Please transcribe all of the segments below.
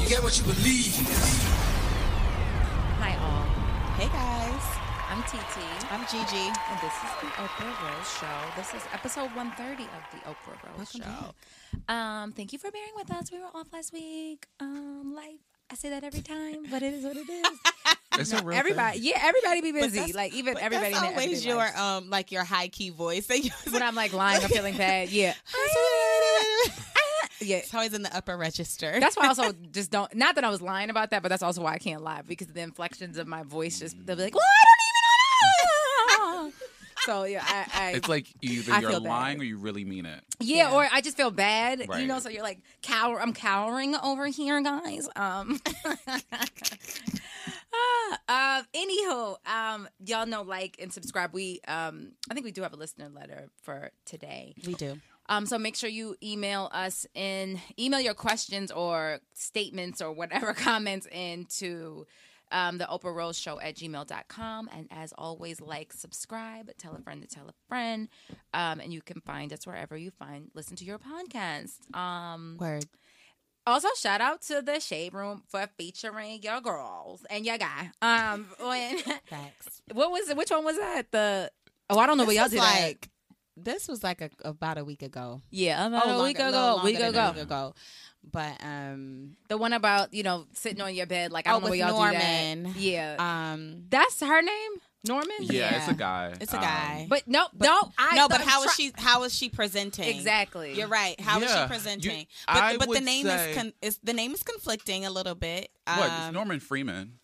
You get what you believe. Hi, all. Hey guys, I'm TT. I'm Gigi. And this is the Oprah Rose Show. This is episode 130 of the Oprah Rose Welcome Show. Um, thank you for bearing with us. We were off last week. Um, life. I say that every time, but it is what it is. It's a real everybody, thing. yeah, everybody be busy. that's- Like even but everybody. That's in their always everyday your lives. um like your high key voice. when I'm like lying, I'm feeling bad. Yeah, yeah. it's always in the upper register. That's why I also just don't. Not that I was lying about that, but that's also why I can't lie because the inflections of my voice just they'll be like, "Well, I don't even know." so yeah, I, I It's like either I you're feel bad. lying or you really mean it. yeah, or I just feel bad, you Right. know. So you're like cower. I'm cowering over here, guys. Um. Ah, um, anywho, um, y'all know like and subscribe. We um, I think we do have a listener letter for today. we do. Um, so make sure you email us in email your questions or statements or whatever comments into um, the Oprah Rose Show at gmail.com. And as always, like, subscribe, tell a friend to tell a friend. Um, and you can find us wherever you find listen to your podcast. Um, Word. also, shout out to the Shade Room for featuring your girls and your guy. Um, when, Facts. what was it? Which one was that? The oh, I don't know what y'all was did. that. like oh this was like a, about a week ago. yeah, about Oh, a longer- week little ago. longer Week than a ago. week ago. But um The one about you know sitting on your bed like I Oh, don't know with where y'all do Norman. that. Yeah, um that's her name, Norman. Yeah, it's Yeah. a guy. it's a Um, guy. but no, no, I no, but I'm how try- is she? How is she presenting? exactly? You're right. How is Yeah. she presenting? You- but I but the would name say- is, con- is the name is conflicting a little bit. What? it's Um, Norman Freeman.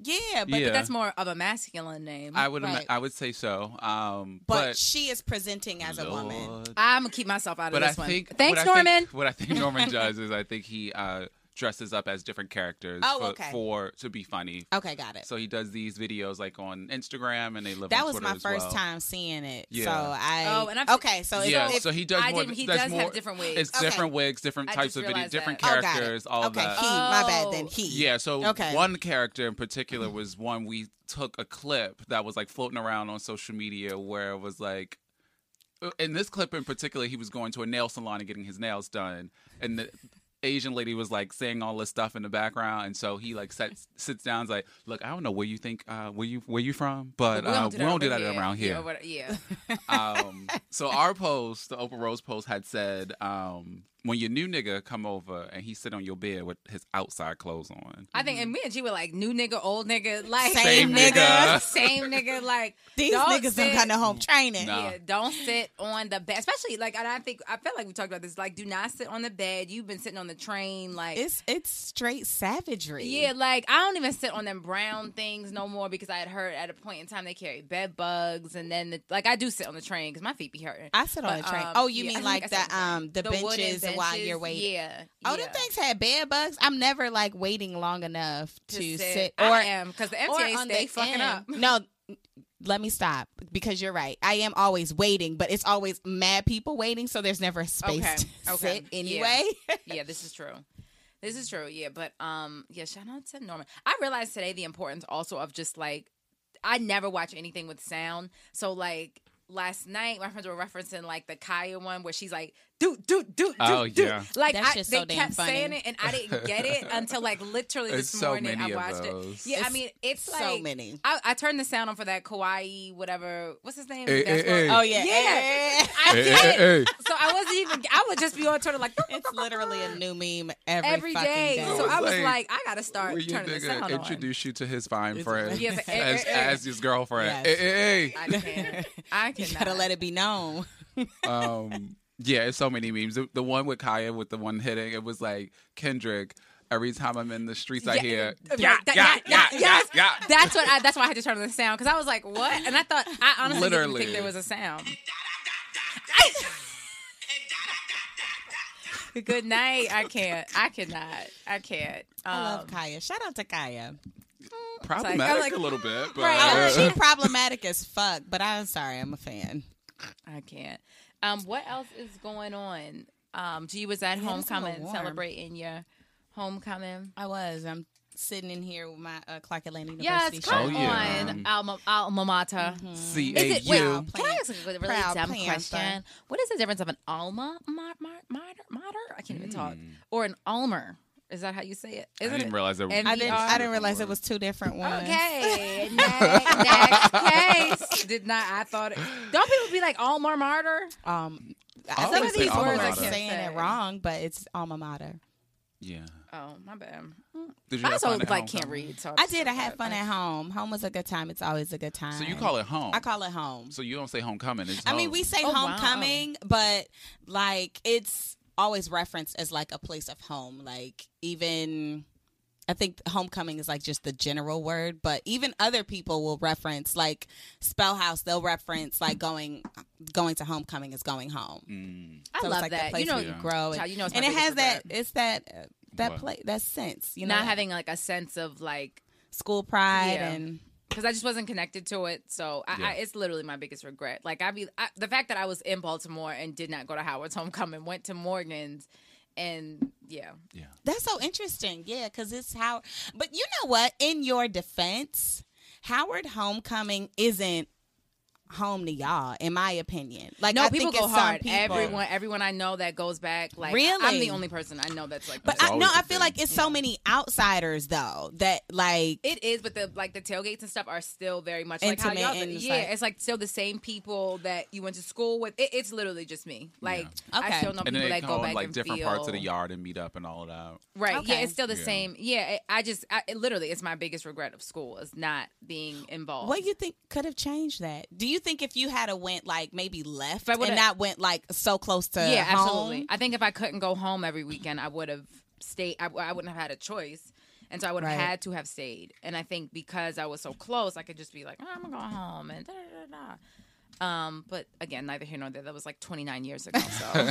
Yeah, but Yeah. That's more of a masculine name. I would. ima- right. I would say so. Um, but, but, she is presenting as a woman. Lord. I'm gonna keep myself out of But I this one. think. Thanks, what I think- Norman. what I think Norman does is I think he uh, dresses up as different characters Oh, for, okay. for to be funny. Okay, got it. So he does these videos like on Instagram, and they live. that on was Twitter my as first well. time seeing it. Yeah. So I. Oh, and I've- okay. So it's yeah, if- so he does I more. didn't- he there's does have more, different wigs. It's Okay. different wigs, different I types just of videos, realized different that. oh, got it. characters, all okay, that. He, my bad. Then Oh. he. Yeah, so Okay. one character in particular was one we took a clip that was like floating around on social media where it was like uh, in this clip in particular he was going to a nail salon and getting his nails done and the Asian lady was like saying all this stuff in the background and so he like sits sits down and's like look I don't know where you think uh where you where you from but we uh, don't do that, over that here. around here Yeah, what- yeah. um, so our post, the Oprah Rose post, had said, um, "When your new nigga come over and he sit on your bed with his outside clothes on." I think, and me and G were like new nigga, old nigga, like Same Same nigga. nigga. same nigga. Like These don't niggas sit- don't got no home training. No. Yeah, don't sit on the bed, especially like. And I think I felt like we talked about this. Like, do not sit on the bed. You've been sitting on the train, like. It's it's straight savagery. yeah, like I don't even sit on them brown things no more because I had heard at a point in time they carry bed bugs, and then the, like I do sit on the train because my feet be hurting. I sit on But, the train. um, oh, you yeah, I mean think I like said the um the, wooden benches, while benches, you're waiting? Yeah. Oh, yeah. them things had bed bugs. I'm never like waiting long enough to, sit. or I am because the or MTA on stay the fucking end. up. No, let me stop because you're right. I am always waiting, but it's always mad people waiting, so there's never a space Okay, to okay, sit yeah. anyway. yeah, this is true. This is true. Yeah, but um, yeah. Shout out to Norman. I realized today the importance also of just like I never watch anything with sound. So like last night, my friends were referencing like the Kaya one where she's like, "Dude, dude, dude, dude, Oh, dude." yeah. Like That's I, just they so damn kept funny. saying it, and I didn't get it until like literally There's this so morning I many of watched those. it. Yeah, I It's mean it's like so many. I, I turned the sound on for that Kawaii whatever. What's his name? Eh, eh, Basketball- eh. Oh yeah, Yeah. Eh. I Hey, did. hey, hey. So I wasn't even. I would just be on Twitter like it's literally a new meme every, every fucking day. day. So It's I was like, like, I gotta start Will you turning the nigga sound introduce you to his fine friend Yeah, but- as, eh, eh, eh. as his girlfriend? Yes. Eh, eh, eh. on. I can't. I you cannot. gotta let it be known. um, yeah, it's so many memes. The, the one with Kaya with the one hitting, it was like Kendrick. Every time I'm in the streets, I Yeah, hear right, yeah, that- yeah, that- yeah, that- yeah, yes. yeah. That's what. I, that's why I had to turn on the sound because I was like, what? And I thought I honestly Literally. didn't think there was a sound. Good night. I can't. I cannot. I can't. Um, I love Kaya. Shout out to Kaya. Problematic I'm like, a little bit, but right, I I'm uh, know she's problematic as fuck, but I'm sorry, I'm a fan. I can't. Um, what else is going on? Um, G was at Yeah, that's a little homecoming warm. celebrating your homecoming. I was. I'm sitting in here with my uh, Clark Atlanta University. Mm-hmm. Yes, come Oh, yeah. on, alma, alma mater. C Is A it, wait, U. can I ask a really Proud dumb Panther. question? What is the difference of an alma mater, mater, mater? I can't even talk, or an almer? Is that how you say it? Isn't Hmm. didn't it? realize there- M E I didn't. R? I didn't realize it was two different ones. Okay, next, next case. Did not. I thought. It, don't people be like alma mater? Um, I some always of say these alma words are mater. saying Say. it wrong, but it's alma mater. Yeah. Oh my bad. Did you I have also fun at like homecoming? can't read. So I did. I had have fun at home. Home was a good time. It's always a good time. So you call it home. I call it home. So you don't say homecoming. It's I mean, home. we say Oh, wow. homecoming, but like it's always referenced as like a place of home. Like even I think homecoming is like just the general word, but even other people will reference like spell house. They'll reference like going going to homecoming is going home. Mm. I So it's love like that. The place You know, where you grow, Child, and, you know it's my and it biggest has that. regret. It's that uh, that What? play that sense. You know, not that having like a sense of like school pride Yeah. and because I just wasn't connected to it. So I, Yeah. I, it's literally my biggest regret. Like I be I, the fact that I was in Baltimore and did not go to Howard's homecoming, went to Morgan's, and yeah, Yeah. That's so interesting. Yeah, because it's how. But you know what? In your defense, Howard Homecoming isn't home to y'all, in my opinion. Like, no, I people think go it's some hard. people- Everyone, everyone I know that goes back. Like I- I'm Really? the only person I know that's like. But that. I, no, always I the feel thing. like it's so many outsiders though that like it is, but the like the tailgates and stuff are still very much like Intimate how y'all. and it's yeah, like- it's like still the same people that you went to school with. It, it's literally just me. Like I Okay. still know And people then that they go call back like and different feel, parts of the yard and meet up and all of that. Right. Yeah, Okay. it's still the Yeah. same. Yeah, it, I just I, it literally it's my biggest regret of school is not being involved. what you think could have changed that? Do you think if you had a went like maybe left I would've- and not went like so close to yeah, home? absolutely. I think if I couldn't go home every weekend, I would have stayed. I, I wouldn't have had a choice, and so I would have Right. had to have stayed. And I think because I was so close, I could just be like, "Oh, I'm gonna go home and da da da. da. Um, but again, neither here nor there. That was like 29 years ago. So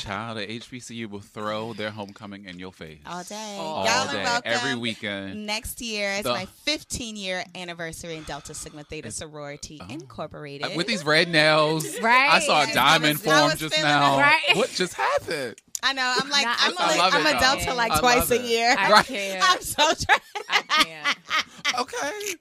Child at HBCU will throw their homecoming in your face. all day. All Oh, Y'all day, are welcome. every weekend. Next year is The- my 15 year anniversary in Delta Sigma Theta Sorority Incorporated. Oh. With these red nails, Right. I saw a Yes, diamond I was- I form was just feeling now. it. Right. What just happened? I know. I'm like, Nah, I'm, I a, love am it, a though. Delta like I twice love a it. year. I Right. can't. I'm so trying. I can't. Okay.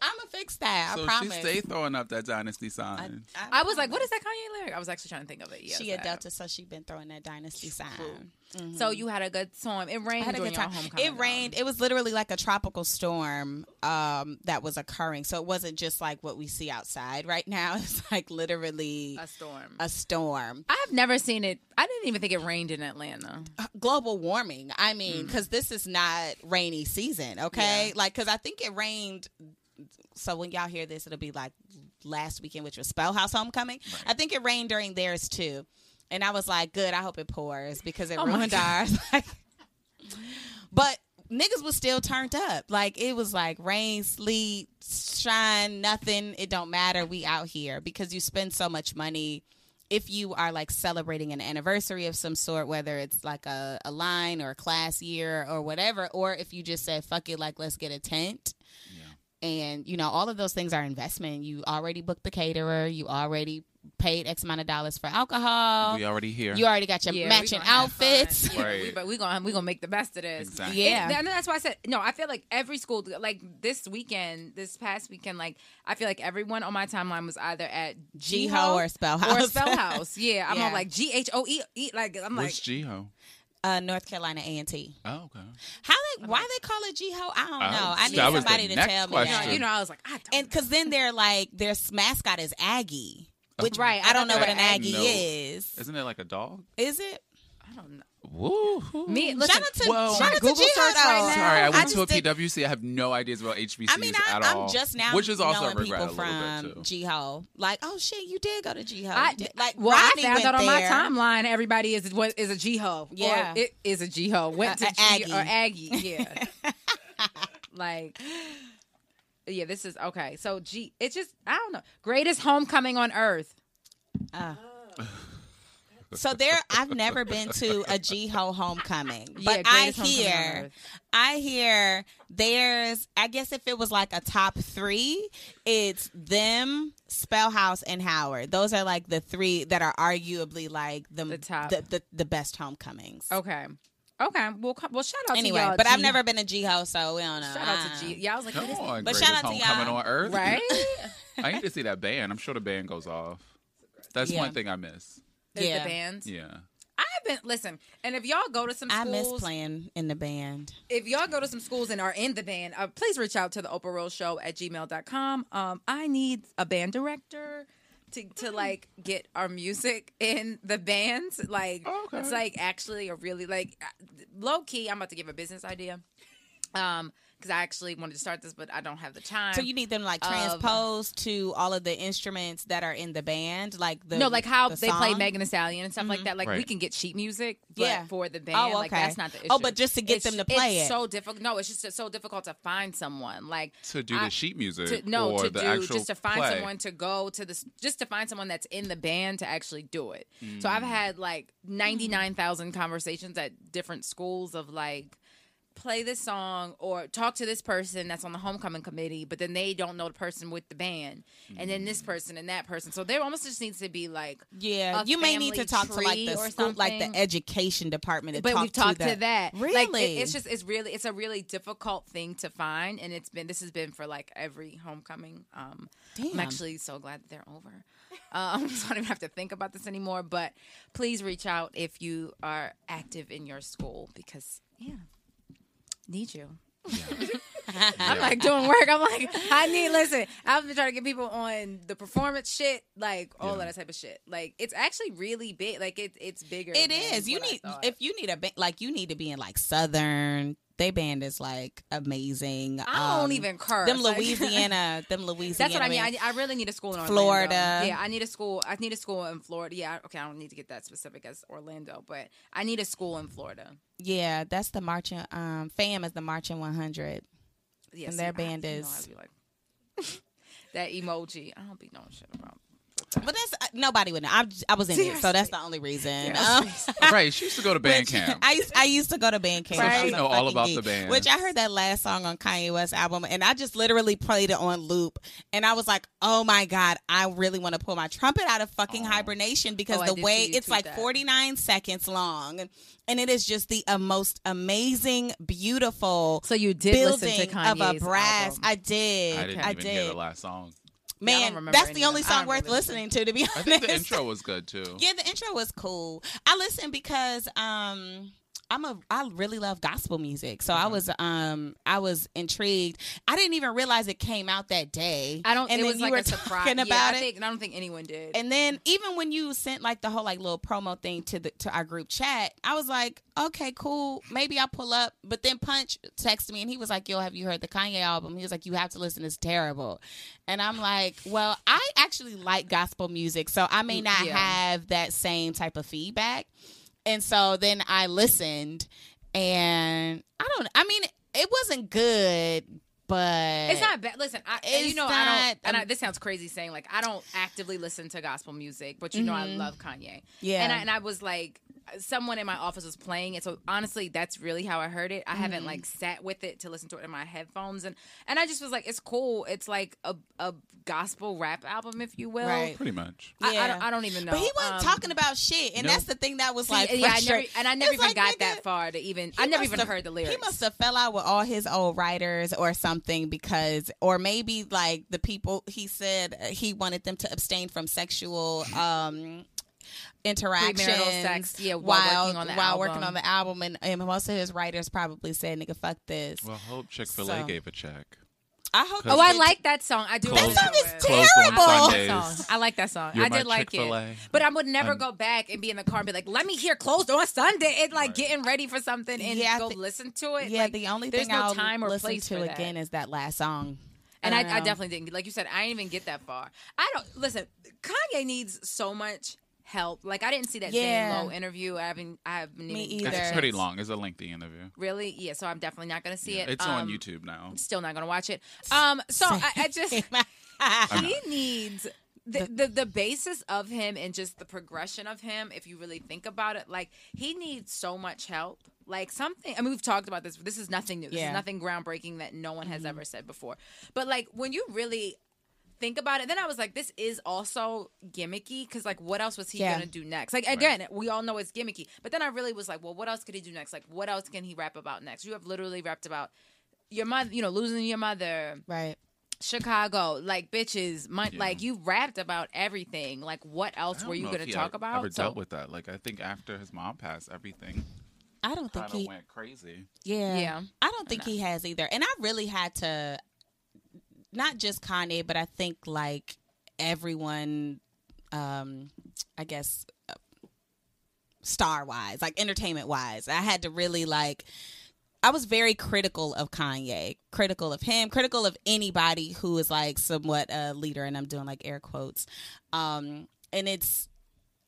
I'm a fix that. I so promise. she stayed throwing up that dynasty sign. I was like, "What is that Kanye lyric?" I was actually trying to think of it. Yeah, she a so- Delta, so she been throwing that dynasty sign. So you had a good time. It rained. I had a during good time. Your homecoming, It rained. It was literally like a tropical storm um, that was occurring. So it wasn't just like what we see outside right now. It's like literally though. a storm. a storm. I've never seen it. I didn't even think it rained in Atlanta. global warming. I mean, because this is not rainy season, okay? Like, because I think it rained. So when y'all hear this, it'll be like last weekend, which was Spell House Homecoming. I think it rained during theirs too, and I was like, good. I hope it pours because it ruined ours. Like, but niggas was still turned up. Like it was like rain, sleet, shine, nothing. It don't matter. We out here because you spend so much money. If you are like celebrating an anniversary of some sort, whether it's like a, a line or a class year or whatever, or if you just said, fuck it, like let's get a tent. And you know, all of those things are investment. You already booked the caterer, you already paid X amount of dollars for alcohol. We already here. You already got your Yeah, we matching gonna have fun. outfits. Yeah, Right. we, but we gonna we gonna make the best of this. Exactly. It- Yeah. and that's why I said no. I feel like every school, like this weekend, this past weekend, like I feel like everyone on my timeline was either at G G-Ho Ho or Spell or House. Spell House. Yeah, I'm all Yeah. like G H O E E. Like I'm like What's G-Ho? Uh, North Carolina A and T. Oh, okay. How they, why they call it G-Ho? I don't know. I need that was the somebody to next tell you me. know, question. That. you know, I was like I don't. And because then they're like their s- mascot is Aggie, which Right, I I don't thought know what they an were Aggie No. is. Isn't it like a dog? Is it? I don't know. Woo. Me, listen, shout out to Well, shout out to Google G-Ho search though. right now. Sorry, I went just to a did- PWC. I have no ideas about HBCUs I mean, I, at all. I'm just now which is also a knowing regret people a little bit from too. G-Ho. Like, oh shit, you did go to G-Ho. I, You did- like, well, I Rodney found went out on my there. timeline everybody is what is a G ho. Yeah. it is a G ho. Went to A- a G Aggie. or Aggie. Yeah, like yeah. This is okay. So G, it's just I don't know. Greatest homecoming on earth. Oh. So there, I've never been to a Jiho homecoming, Yeah, but I greatest homecoming on hear, earth. I hear there's. I guess if it was like a top three, it's them, Spellhouse, and Howard. Those are like the three that are arguably like the The top. Oh, the, the, the best homecomings. Okay. Okay. Well, co- well, shout out to Anyway, y'all, but I've G- never been a Jiho, so we don't know. shout out Uh, to G. Yeah, I was like, Come what is But on, but shout shout out to homecoming y'all. on earth. right? I need to see that band. I'm sure the band goes off. That's Yeah. one thing I miss. Is Yeah. the bands. Yeah. I've been listen, and if y'all go to some I schools, miss playing in the band. if y'all go to some schools and are in the band, uh, please reach out to the Oprah Rose Show at gmail.com. Um, I need a band director to, to like get our music in the bands. Like Okay. it's like actually a really like low key. I'm about to give a business idea. Um, because I actually wanted to start this, but I don't have the time. So you need them like Um, transposed to all of the instruments that are in the band, like the no, like how the they play song? Mm-hmm. Megan Thee Stallion and stuff like that. Like we Right. can get sheet music, but Yeah. for the band, Oh, like okay. that's not the issue. Oh, but just to get It's- them to play it's it. so difficult. No, it's just so difficult to find someone like To do I- the sheet music to, no or to the do actual just to find play. someone to go to this just to find someone that's in the band to actually do it so Mm. i've had like 99000 conversations at different schools of like play this song or talk to this person that's on the homecoming committee but then they don't know the person with the band and then Mm. this person and that person so there almost just needs to be like Yeah, a you may need family to talk to like tree the or school, like the something. education department. To but talk we've talked the, to that. Really, Like, it- it's just it's really it's a really difficult thing to find, and it's been this has been for like every homecoming. Um, Damn. I'm actually so glad that they're over. Um, so I don't even have to think about this anymore. But please reach out if you are active in your school because yeah, need you. I'm like doing work. I'm like, I need listen. I've been trying to get people on the performance shit, like all of that type of shit. Like it's actually really big. Like it's it's bigger. it than is. You what I need thought. if you need a band, like you need to be in like Southern. They band is like amazing. I Um, don't even curse. Them Like- Louisiana, them Louisiana. That's what I mean. I, I really need a school in Orlando. Florida. Yeah, I need a school. I need a school in Florida. Yeah, okay. I don't need to get that specific as Orlando, but I need a school in Florida. yeah, that's the marching. Um, fam is the marching 100. Yeah, And see, their I- band you know, I'd is- be like- that emoji. I don't be knowing shit about. But that's uh, nobody would know. I, I was in it, so that's the only reason. Um, right. She used to go to band camp. I used, I used to go to band camp. So I she was a know all fucking about geek. the band. Which I heard that last song on Kanye West album, and I just literally played it on loop, and I was like, "Oh my god, I really want to pull my trumpet out of fucking hibernation because Oh, I the did way see you it's tweet like that. 49 seconds long, and it is just the uh, most amazing, beautiful." So you did listen to Building of a Kanye's brass, album. I did. I I didn't did. even hear the last song. Yeah, I don't Man, remember that's any the of only them. I song don't worth really listen. listening to. To be honest, I think the intro was good too. yeah, the intro was cool. I listened because um I'm a I really love gospel music. So Mm-hmm. I was um I was intrigued. I didn't even realize it came out that day. I don't. and it then was you like were a surprise. talking Yeah, about I it. think, I don't think anyone did. and then even when you sent like the whole like little promo thing to the to our group chat, I was like, okay, cool, maybe I'll pull up. But then Punch texted me and he was like, yo, have you heard the Kanye album? He was like, you have to listen, it's terrible. And I'm like, well, I actually like gospel music, so I may not Mm, Yeah. have that same type of feedback. And so then I listened, and I don't. I mean, it wasn't good, but It's not bad. Listen, I, and It's you know, I not- don't. And I, this sounds crazy saying like I don't actively listen to gospel music, but you know, I love Kanye. Mm-hmm. Yeah. and I, and I was like, someone in my office was playing it, so honestly, that's really how I heard it. I haven't Mm-hmm. like sat with it to listen to it in my headphones, and and I just was like, it's cool. It's like a a gospel rap album, if you will. Right. Pretty much. I, I, Yeah. don't, I don't even know. But he wasn't Um, talking about shit, and Nope. that's the thing that was see, like, yeah, I never, frustrating. and I never It's even like, got nigga, that far to even. he I never must even have- heard the lyrics. He must have fell out with all his old writers or something because, or maybe like the people he said uh, he wanted them to abstain from sexual. um interactions sex, yeah, while working on the while album. working on the album and, and most of his writers probably said nigga fuck this Well, hope Chick Fil A So- gave a check. i hope Oh, they I did- like that song. I do. Close- remember That song it. is Close terrible. on I like that Sundays. song. I like that song. You're I my did like Chick-fil-A. it. But I would never I'm- go back and be in the car and be like, let me hear closed on Sunday and like getting ready for something and Yeah, I go thi- listen to it. yeah Like, the only there's thing no i'll time or listen place to for that. again is that last song Um, And I, don't I know. definitely didn't. Like you said, I didn't even get that far. I don't listen. Kanye needs so much help. Like I didn't see that Yeah. Zane Lowe interview. I haven't. I haven't. Me even- either. It's pretty long. It's a lengthy interview. Really? Yeah. So I'm definitely not gonna see it. It's on Um, YouTube now. Still not gonna watch it. Um. So I, I just. I he needs the, the the basis of him and just the progression of him, if you really think about it, like he needs so much help. Like something, I mean, we've talked about this. But this is nothing new. This Yeah. is nothing groundbreaking that no one has ever said before. But like when you really think about it, then I was like, this is also gimmicky because like what else was he Yeah. gonna do next? Like again, we all know it's gimmicky. But then I really was like, well, what else could he do next? Like what else can he rap about next? You have literally rapped about your mother, you know, losing your mother. Right. Chicago, like bitches, mon- Yeah. like you rapped about everything. Like what else I were don't you know if going to he talk ever- about? Ever So- dealt with that? Like I think after his mom passed, everything I don't think kind he. of went crazy. Yeah. Yeah. I don't think he has either. And I really had to, not just Kanye, but I think like everyone, um, I guess, uh, star wise, like entertainment wise, I had to really like. I was very critical of Kanye, critical of him, critical of anybody who is like somewhat a leader, and I'm doing like air quotes. Um, and it's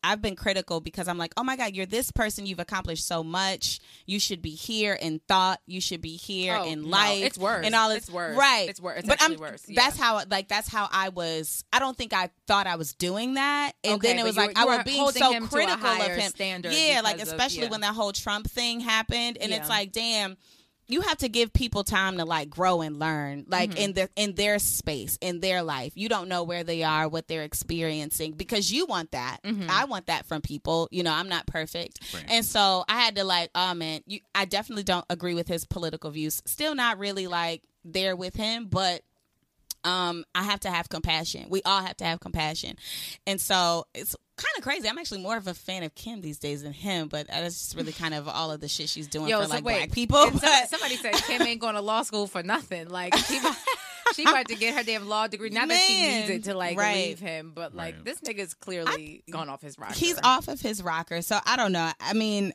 I've been critical because I'm like, oh my God, you're this person. You've accomplished so much. You should be here in thought. You should be here Oh, in no, life. it's worse. And all this. It's worse. Right. It's wor- it's but I'm, actually worse, That's yeah. how, like, that's how I was. I don't think I thought I was doing that. And Okay, then it but was you like, were- you I were was being holding so him to a critical higher of him. standard yeah. Like, because of- especially yeah. when that whole Trump thing happened. And Yeah. it's like, damn. You have to give people time to like grow and learn, like Mm-hmm. in their in their space, in their life. You don't know where they are, what they're experiencing, because you want that. Mm-hmm. I want that from people. You know, I'm not perfect, Right. and so I had to like, oh man, you, I definitely don't agree with his political views. Still not really like there with him, but um, I have to have compassion. We all have to have compassion. And so it's kind of crazy. I'm actually more of a fan of Kim these days than him, but that's just really kind of all of the shit she's doing Yo, for so like wait, black people. and somebody, But- somebody said Kim ain't going to law school for nothing. Like she, about- she about to get her damn law degree. Not that she needs Man, it to like right. leave him, but like Right. this nigga's clearly gone off his rocker. he's off of his rocker. So I don't know. I mean,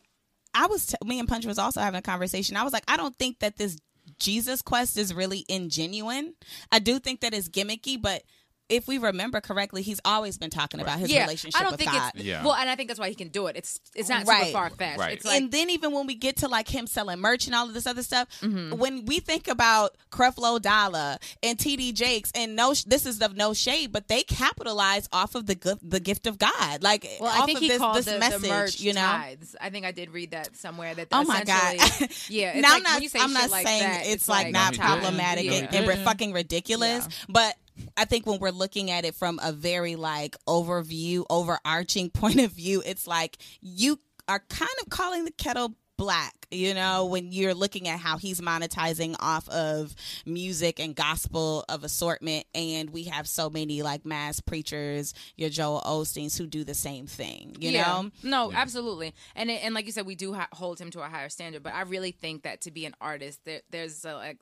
I was t- me and Punch was also having a conversation. I was like, I don't think that this Jesus quest is really ingenuine. I do think that it's gimmicky, but if we remember correctly, he's always been talking about his yeah, relationship I don't with think God. it's Yeah. well, and I think that's why he can do it. It's it's not super Right. far fetched. Right. It's like and then even when we get to like him selling merch and all of this other stuff, Mm-hmm. when we think about Creflo Dollar and TD Jakes and no, sh- this is of no shade, but they capitalize off of the gu- the gift of God, like well, off I think of he this, called this the, message, the merch you know. tithes. I think I did read that somewhere. That Oh my God. essentially- yeah. It's now like I'm not. when you say I'm shit not like saying that, it's, like, not No, he didn't. problematic Yeah. Mm-hmm. and, and we're fucking ridiculous, but I think when we're looking at it from a very like overview, overarching point of view, it's like you are kind of calling the kettle black. You know, when you're looking at how he's monetizing off of music and gospel of assortment, and we have so many like mass preachers, your Joel Osteen's, who do the same thing. You yeah. know, No, absolutely. And it, and like you said, we do ha- hold him to a higher standard. But I really think that to be an artist, there, there's a, like.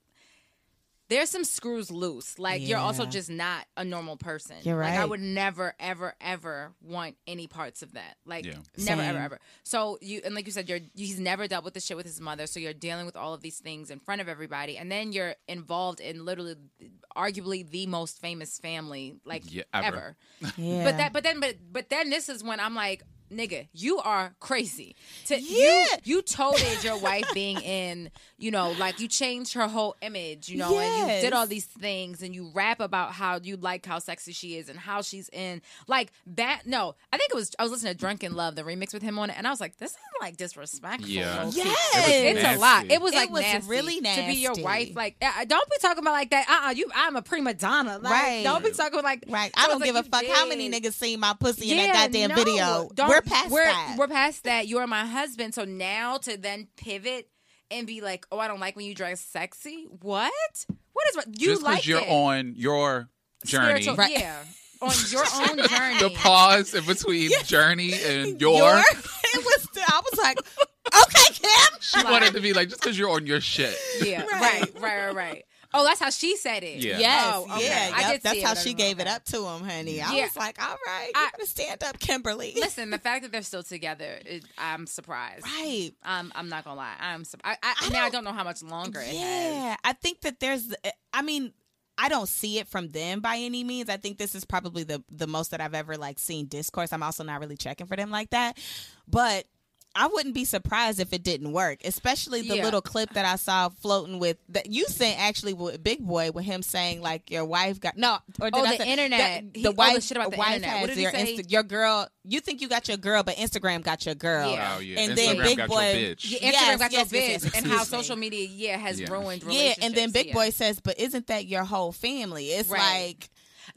There's some screws loose. Like you're also Yeah. just not a normal person. You're Like I right. would never, ever, ever want any parts of that. Like Yeah. never, ever, Same. ever. So you and like you said, you're he's never dealt with the shit with his mother. So you're dealing with all of these things in front of everybody, and then you're involved in literally, arguably the most famous family like Yeah, ever. ever. But that, but then, but but then this is when I'm like, nigga, you are crazy. To, Yeah. You you toted your wife being in, you know, like you changed her whole image, you know, and you did Yes. all these things, and you rap about how you like how sexy she is and how she's in like that. No, I think it was I was listening to Drunken Love, the remix with him on it, and I was like, this is like disrespectful. Yeah. low-key. yes, It It's Nasty. a lot. It was It like was nasty really to be your nasty. wife. Like, uh, don't be talking about like that. Uh, uh you. I'm a prima donna. Like, Right. Don't be talking like. Right. So I it's don't like give a you fuck how many did. niggas seen my pussy in that goddamn no, video. don't- We're past we're, that. We're past that. You're my husband. So now to then pivot and be like, oh, I don't like when you dress sexy. What? What is what? You Just like you're it. on your journey. Spiritual- Right. Yeah. On your own journey. The pause in between journey and your. Your- it was. I was like, okay, Kim. She wanted to be like, just because you're on your shit. yeah. Right. Right. Right. Right. Oh, that's how she said it. Yeah. Yes, Oh, okay. yeah, I yep. did see That's it, how I she remember. gave it up to him, honey. I Yeah. was like, all right, you I- gotta stand up, Kimberly. Listen, the fact that they're still together, it, I'm surprised. right. Oh. Um, I'm not gonna lie. I'm. Sur- I, I, now I don't know how much longer it has. Yeah, I think that there's. eh, I mean, I don't see it from them by any means. I think this is probably the the most that I've ever like seen discourse. I'm also not really checking for them like that, but I wouldn't be surprised if it didn't work, especially the Yeah. little clip that I saw floating with that you sent actually with Big Boy with him saying like your wife got no or did Oh, I the say- internet. that- He- the all the wife shit about the wife internet. What has did he your say? your girl you think you got your girl but Instagram got your girl Yeah. Oh yeah, and Instagram then Big got Boy your bitch. Yeah, Instagram Yes, got yes, your yes, bitch yes, and how excuse me. social media yeah has Yeah. ruined yeah relationships. and then Big yeah. Boy says but isn't that your whole family it's Right. like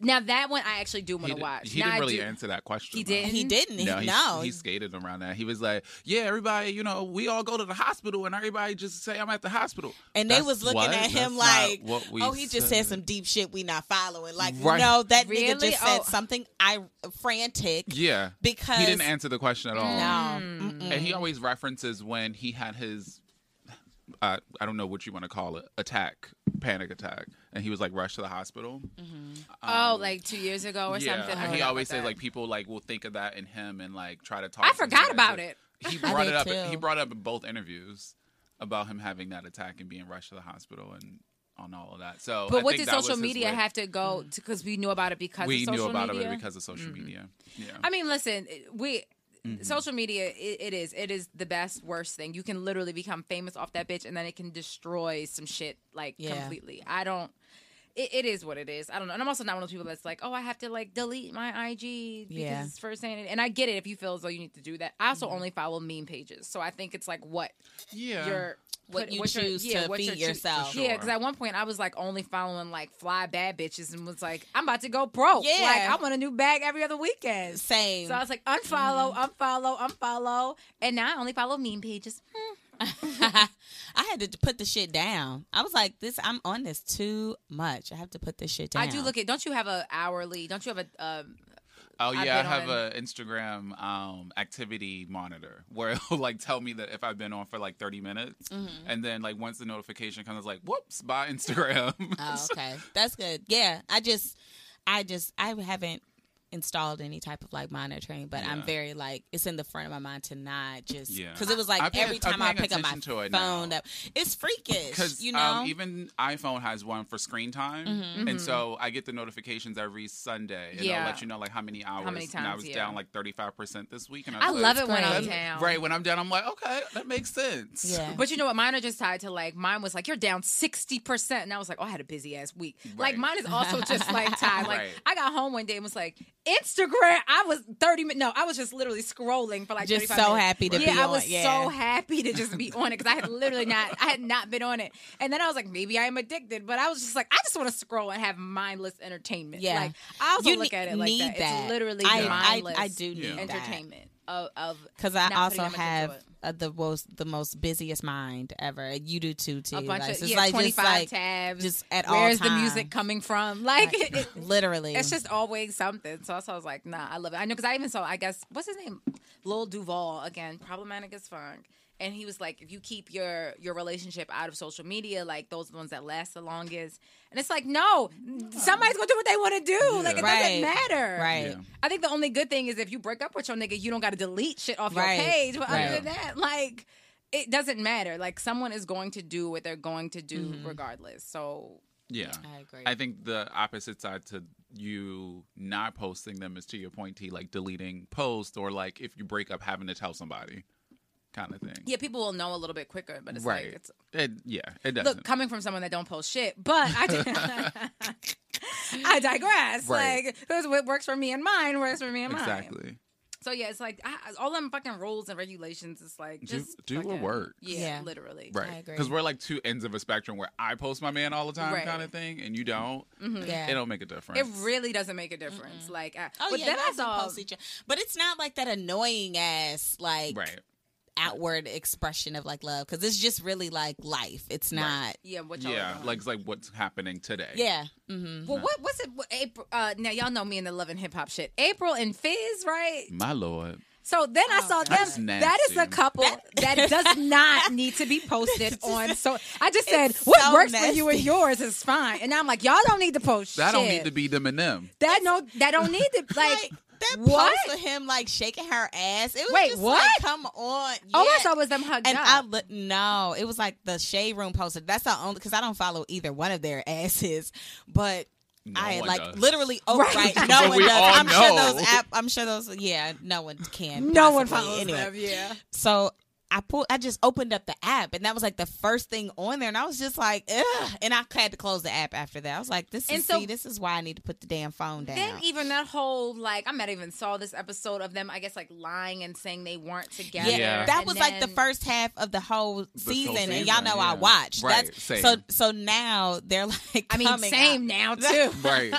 Now that one I actually do want He, to did, watch. he Now didn't I really do- answer that question. He though. didn't? he didn't No, he, he, no he skated around that. He was like, "Yeah, everybody, you know, we all go to the hospital, and everybody just say I'm at the hospital." And they That's was looking what? at him That's not like, what we "Oh, he just said some deep shit we not following." Like, Right. no, that nigga Really? just said Oh. something I frantic Yeah, because he didn't answer the question at all. No, Mm. And he always references when he had his, uh, I don't know what you want to call it, attack, panic attack, and he was like rushed to the hospital. Oh, like two years ago or um, yeah, something. I and he forgot always about says that. like people like will think of that in him and like try to talk. I to him forgot as about if- it. He brought it did up. too. He brought it up in both interviews about him having that attack and being rushed to the hospital and on all of that. So, But I what think did that was social his media way. have to go because we knew about it because We of social knew about media? Mm-hmm. it because of social media. Yeah, I mean, listen, it- we Mm-hmm. social media it, it is it is the best worst thing. You can literally become famous off that bitch, and then it can destroy some shit like Yeah. completely. I don't. It, it is what it is. I don't know. And I'm also not one of those people that's like, oh, I have to like delete my IG because Yeah. Mm-hmm. it's for saying it. And I get it if you feel as though you need to do that. I also only follow meme pages, so I think it's like what yeah. your What you your- choose to what your feed choo- yourself. For Yeah, sure. because at one point I was like only following like fly bad bitches and was like, I'm about to go broke. Yeah. like I want a new bag every other weekend. same. So I was like, unfollow, unfollow, unfollow, and now I only follow meme pages. I had to put the shit down. I was like, "This, I'm on this too much. I have to put this shit down." I do look at. Don't you have a hourly? Don't you have a? Um, Oh I've yeah, I been have on- an Instagram um, activity monitor where it'll like tell me that if I've been on for like thirty minutes, Mm-hmm. and then like once the notification comes, it's like whoops, by Instagram. Oh, okay, that's good. Yeah, I just, I just, I haven't installed any type of like monitoring, but I'm Yeah. very like it's in the front of my mind to not just because Yeah. it was like I pay- every I'm time I paying pick up my attention to it phone now. up, it's freakish. Because You know, um, even iPhone has one for screen time, and so I get the notifications every Sunday, and Mm-hmm. Yeah. it'll let you know like how many hours. many and I times, was yeah. down like thirty five percent this week, and I, I was love like, it when I'm great. down. Right when I'm down, I'm like, okay, that makes sense. yeah, But you know what? Mine are just tied to like mine was like you're down sixty percent, and I was like, oh, I had a busy ass week. Like Right. mine is also just like tied. Like Right. I got home one day and was like Instagram. I was thirty minutes. No, I was just literally scrolling for like Just 35 so minutes. happy to yeah, be I on- was yeah. so happy to just be on it because I had literally not. I had not been on it, and then I was like, maybe I am addicted. But I was just like, I just want to scroll and have mindless entertainment. Yeah. like I also You look ne- at it like need that. that. It's literally I- I- mindless. I do need that. entertainment of of because I not putting also that much into have it. uh, the most the most busiest mind ever. You do too, too. a bunch Like, of it's yeah, like, just, 25 like, tabs. just at all Mm-hmm. Where's the time. music coming from? Like, it, it- Literally, it's just always something. So that's why I was like, nah, I love it. I know because I even saw, I guess, what's his name, Lil Duval again, problematic as funk. And he was like, if you keep your your relationship out of social media, like those ones that last the longest, and it's like, no, somebody's gonna do what they want to do. Like it Right. doesn't matter. right. Yeah. I think the only good thing is if you break up with your nigga, you don't got to delete shit off Right. your page. But Right. other than that, like, it doesn't matter. Like, someone is going to do what they're going to do Mm-hmm. regardless. So, Yeah. I agree. I think the opposite side to you not posting them is to your point, T, like deleting posts or like if you break up having to tell somebody kind of thing. yeah, people will know a little bit quicker, but it's right. like, it's, it, yeah, it doesn't. look, coming from someone that don't post shit, but I. I digress. Right. Like, that's what works for me and mine works for me and mine. exactly. So yeah, it's like I, all them fucking rules and regulations. It's like Do- just do what fucking- works. Yeah, Yeah. literally. I Right. agree. Because we're like two ends of a spectrum where I post my man all the time Right. Mm-hmm. kind of thing and you don't. Yeah. It don't make a difference. It really doesn't make a difference. Like, I, Oh but yeah, then I guys do saw post each other. But it's not like that annoying ass like Right. outward expression of like love because it's just really like life. It's not. Yeah, what y'all Yeah. doing. Like, it's like what's happening today. Yeah. hmm well, what what's it? what- April. Uh, now y'all know me and the love and hip hop shit. April and Fizz, right? My Lord. So then Oh, I saw That's them. That is a nasty. couple that, does not need to be posted on. So I just said, It's what so works for you nasty. and yours is fine. And I'm like, y'all don't need to post. That don't shit. need to be them and them. That no. That don't need to like. Like that what? post of him like shaking her ass. It was Wait, just what? Like, come on. All I Yeah. saw was them hugged And up. I look no, it was like the shade room posted. That's the only because I don't follow either one of their asses, but No I one like does. literally oh right, no But one we does. all I'm know. sure those app I'm sure those yeah, no one can. No one possibly. follows anyway. them, yeah. So I pulled I just opened up the app and that was like the first thing on there and I was just like, ugh and I had to close the app after that. I was like, this And is so- see, this is why I need to put the damn phone down. Then even that whole like I might even saw this episode of them I guess like lying and saying they weren't together. Yeah, Yeah. that and was like the then- first half of the whole season, and season, y'all know I yeah. watched. Right, That's, same. So so now they're like, I mean, coming same out. now too. right.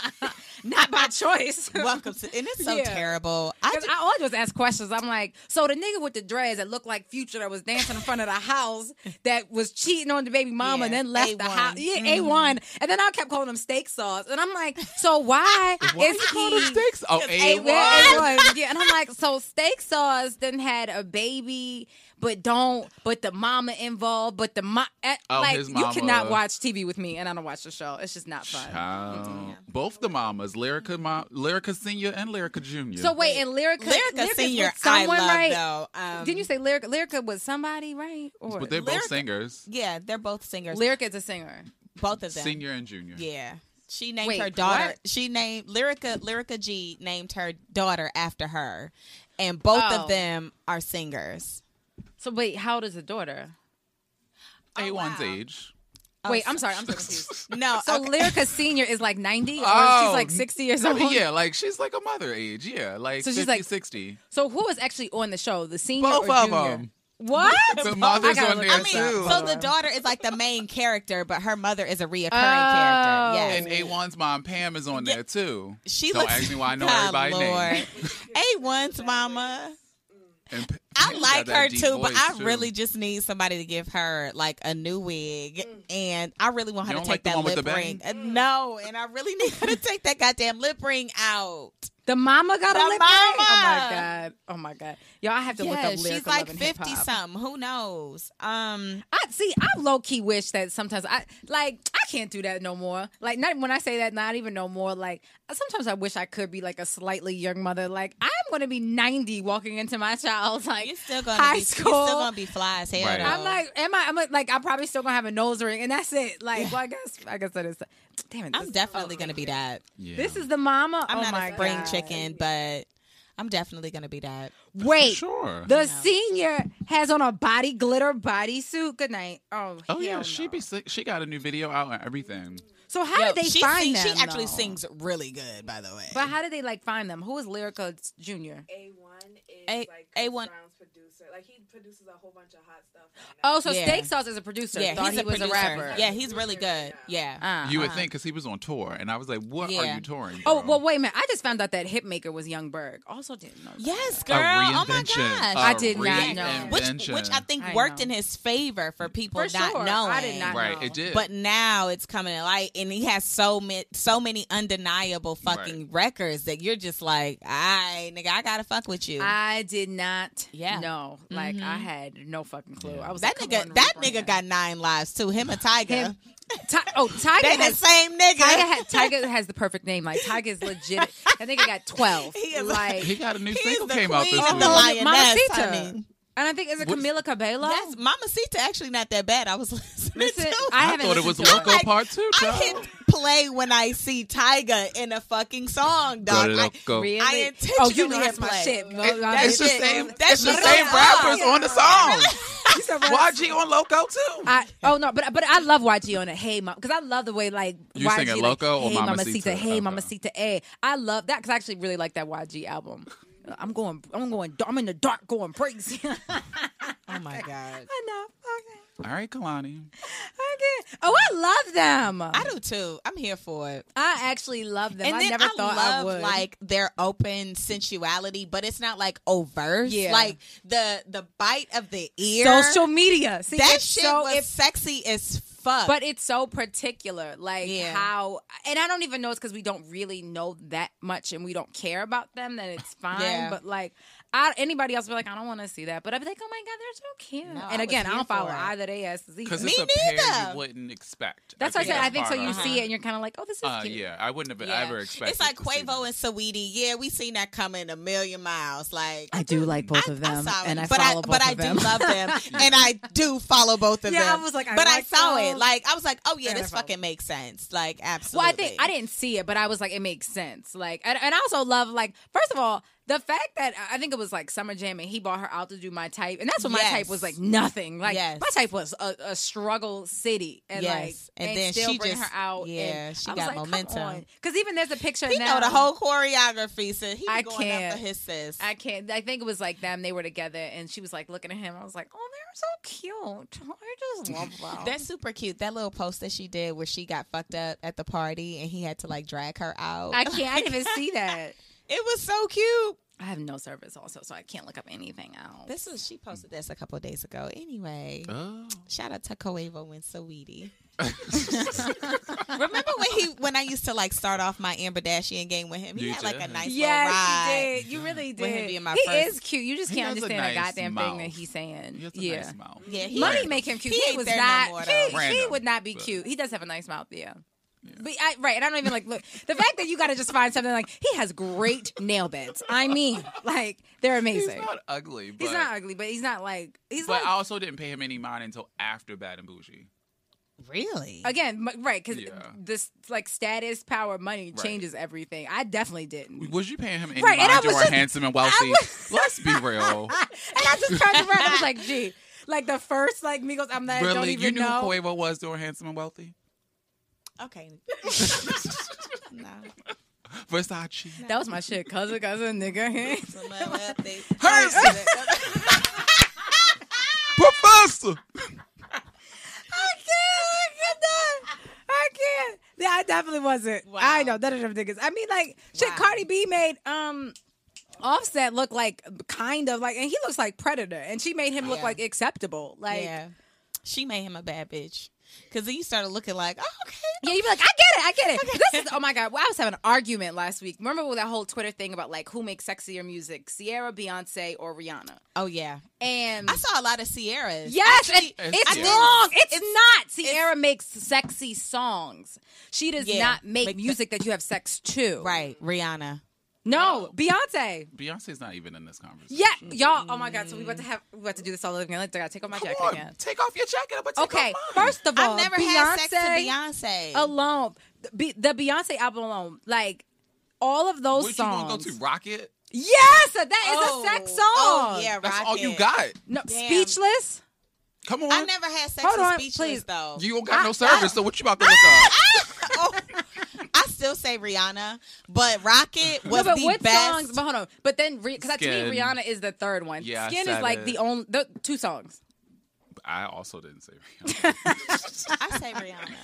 Not by choice. Welcome to, and it's so Yeah. terrible. I Because just, I always ask questions. I'm like, so the nigga with the dreads that looked like Future that was dancing in front of the house that was cheating on the baby mama and Yeah, Mm-hmm. then left the A1. house. Yeah, A1. And then I kept calling him steak sauce. And I'm like, so why is Why you call them he- steaks? Oh, A- A1. yeah, A1. Yeah, and I'm like, so steak sauce then had a baby, but don't, but the mama involved, but the mom, Oh, like his you cannot mama. watch TV with me, and I don't watch the show. It's just not fun. Child. Both the mamas, Lyrica, mom, Lyrica Senior, and Lyrica Junior. So wait, and Lyrica, Lyrica Lyrica's Senior, with someone, I love right? though. Um, Didn't you say Lyrica? Lyrica was somebody, right? Or but they're both Lyrica- singers, Yeah, they're both singers. Lyrica is a singer. both of them. Senior and Junior. Yeah. She named Wait, her daughter. what? She named Lyrica. Lyrica G named her daughter after her, and both Oh. of them are singers. So wait, how old is the daughter? A1's Oh, wow. age. wait, I'm sorry, I'm Oh, so confused. No, So okay. Lyrica Senior is like 90, or she's Oh, like 60 years I old. mean, yeah, like she's like a mother age. Yeah, like So 50, she's like- 60. So who was actually on the show? The senior Both or of junior? them. What? The mother's I gotta on look there I mean, this too. up. so the daughter is like the main character, but her mother is a reoccurring Oh. character. Yes. And A1's mom Pam is on there too. She Don't looks. ask me why I know God, everybody's name. Lord. A one's mama. And P- I Pam's got like that her deep too, but voice, I too. really just need somebody to give her like a new wig, Mm. and I really want her You to don't like take that the one with lip the ring. Uh, no, and I really need her to take that goddamn lip ring out. The mama got The a lip ring? Oh my god! Oh my god! Y'all, I have to look up. Yeah, Lyrica she's like Love and fifty Hip Hop. something. Who knows? Um, I see. I low key wish that sometimes I like I can't do that no more. Like not when I say that, not even no more. Like sometimes I wish I could be like a slightly young mother. Like I'm gonna be 90 walking into my child's like you're still gonna high be school. You're still gonna be fly as hell. Right. though. I'm like, am I? I'm like, I'm probably still gonna have a nose ring, and that's it. Like, well, I guess, I guess that is. Damn it, I'm this- definitely gonna be that. Yeah. This is the mama. I'm oh not my a spring God. chicken, but I'm definitely gonna be that. Wait, sure. the senior has on a body glitter bodysuit. Good night. Oh, Oh yeah, hell she no. be sick. she got a new video out and everything. So how Yo, did they she find sings- them? She actually though? sings really good, by the way. But how did they like find them? Who is Lyrica Junior? A1 is A- like Chris A1 Brown's producer. Like he produces a whole bunch of hot stuff. right now. Oh, so Yeah. Steak Sauce is a producer. yeah, Thought he's he was producer. a rapper. Yeah, he's really good. Yeah. Uh, You would uh. think because he was on tour, and I was like, "What are Uh-huh. Yeah. you touring?" Oh bro? well, wait a minute. I just found out that Hitmaker was Youngberg. Also didn't know. That. Yes, A girl. Oh my reinvention. gosh. A I did not know. which, which I reinvention. think I worked know. in his favor for people For not sure. knowing. I did not right, know. it did. But now it's coming to light, and he has so many, so many undeniable fucking records that you're just like, all right, nigga, I gotta fuck with you. I did not Yeah. know. Like I had no fucking clue. I was that like, come on, nigga, that rebrand. nigga got nine lives too. Him and Tiger, Him- Ti- oh, Tiger they the has same nigga. Tiger, had, Tiger has the perfect name. Like Tiger is legit. I think he got twelve. He is- like he got a new He's single the came out this queen week. of the lioness, Mamacita. honey. And I think is it What's- Camila Cabello? Oh, That's Mamacita actually not that bad. I was listening Listen, to. I I, haven't thought it was listened to Loco it. Part Two. I child. hit play when I see Tiger in a fucking song, dog. I, Loco. Really? I oh, you intentionally know that's my play. shit. No, It- I- it's the shit. same. That's It's the the same song. rappers on the song. You said what? YG on Loco too. I, oh no, but but I love YG on it. Hey, mom, because I love the way like You YG sing it like, Loco or hey, Mamacita? hey, Okay. Mamacita, hey. I love that because I actually really like that YG album. I'm going, I'm going, dar- I'm in the dark going crazy. Enough. Oh my god, Okay. All right, Kalani. Okay. Oh, I love them. I I, do too. I'm here for it. actually love them. And I then never I thought love I would. like their open sensuality, but it's not like overt. Yeah. Like the the bite of the ear. social media. See, that it's shit so was it's- sexy as fuck. but it's so particular, like Yeah. how, and I don't even know it's because we don't really know that much and we don't care about them. Then it's fine, Yeah. but like I, anybody else would be like, I don't want to see that. But I'd be like, oh my God, they're so cute. No, I and was again, I, here don't follow for it. either they asses either. Because it's a pair neither. you wouldn't expect. That's why I said I think that's so. You part of see it. it and you're kind of like, oh, this is Uh, cute. yeah, I wouldn't have Yeah. ever expected. It's like to see Quavo that. and Saweetie. Yeah, we seen that coming a million miles. Like I do like both of them, saw it, and I but I follow both but I of do them. love them, and I do follow both of Yeah, I them. was like, I but like I saw them. it. Like I was like, oh yeah, And I this follow- fucking makes sense. Like absolutely. Well, I think I didn't see it, but I was like, it makes sense. Like, and, and I also love like, first of all, the fact that I think it was like Summer Jam and he bought her out to do my type, and that's when my Yes. type was like nothing. Like Yes. my type was a, a struggle city, and Yes. like and, And then still she bring just- her out. yeah, and she I was got like, come momentum. on. Because even there's a picture He now. know the whole choreography. So he I I going can't. after his sis. I can't. I think it was like them. They were together, and she was like looking at him. I was like, oh, they're so cute. Oh, I just love them. That's super cute. That little post that she did where she got fucked up at the party and he had to like drag her out. I can't. I didn't even see that. It was so cute. I have no service also, so I can't look up anything else. This is she posted this a couple days ago. Anyway, Oh. shout out to Coevo and Saweetie. Remember when he when I used to like start off my Amber Dashian game with him? He You had like a did? nice Yes, little you ride. did. You really did. With him being my he first- is cute. You just He can't has a understand a nice goddamn thing mouth. that he's saying. He has a yeah. nice mouth. Yeah, he Money Random. make him cute. He He, ain't was there no not. more, he, though. he Random, would not be but- cute. He does have a nice mouth. Yeah. But I, right, and I don't even like look. The fact that you got to just find something like he has great nail beds. I mean, like they're He's amazing. not ugly. But, He's not ugly, but he's not like he's But like I also didn't pay him any mind until after Bad and Bougie. Really? again m- right because Yeah. this like status, power, money Right. changes everything. I definitely didn't. Was you paying him any Right, and I mind? You was are just- handsome and wealthy. was- Let's be real. and I just turned around. I was like, gee, like the first like Migos, I'm not. I don't really, even you knew know. who Quavo was during Handsome and Wealthy? Okay. no. Versace. that was my shit, cousin, cousin, nigga. So, well, well, they- Professor. I can't. I can't. I can't. Yeah, I definitely wasn't. Wow. I know none of them niggas. I mean, like shit. Wow. Cardi B made um Offset look like kind of like, and he looks like Predator, and she made him look Yeah. like acceptable. Like, yeah, yeah. She made him a bad bitch. Cause then you started looking like, oh, okay. you'd be like, I get it, I get it. This is oh my god. Well, I was having an argument last week. Remember with that whole Twitter thing about like who makes sexier music, Sierra, Beyonce, or Rihanna? Oh yeah. And I saw a lot of Sierras. Yes, Actually, and It's it's yeah. wrong. It's, it's- not. Sierra makes sexy songs. She does Yeah, not make, make the- music that you have sex to. right, Rihanna. No, Beyonce. Beyonce's not even in this conversation. Yeah, y'all. Oh my God. So we about to have we about to do this all over again. I gotta take off my Come jacket on, again. take off your jacket. I'm gonna take Okay, off mine. first of all, I've never Beyonce had sex to Beyonce. alone, Be- the Beyonce album alone, like all of those What you songs. gonna go to Rocket? Yes, that is Oh, a sex song. Oh yeah, That's all you Rocket. got. No, Damn. speechless. Come on. I never had sex Hold with on, speechless please. though. Oh. You don't got no service, so what you about to look up? I still say Rihanna, but Rocket was no, but the what best. songs? But hold on. But then, because to me, Skin. Rihanna is the third one. Yeah, I Skin is said like it. the only the, two songs. I also didn't say Rihanna. I say Rihanna.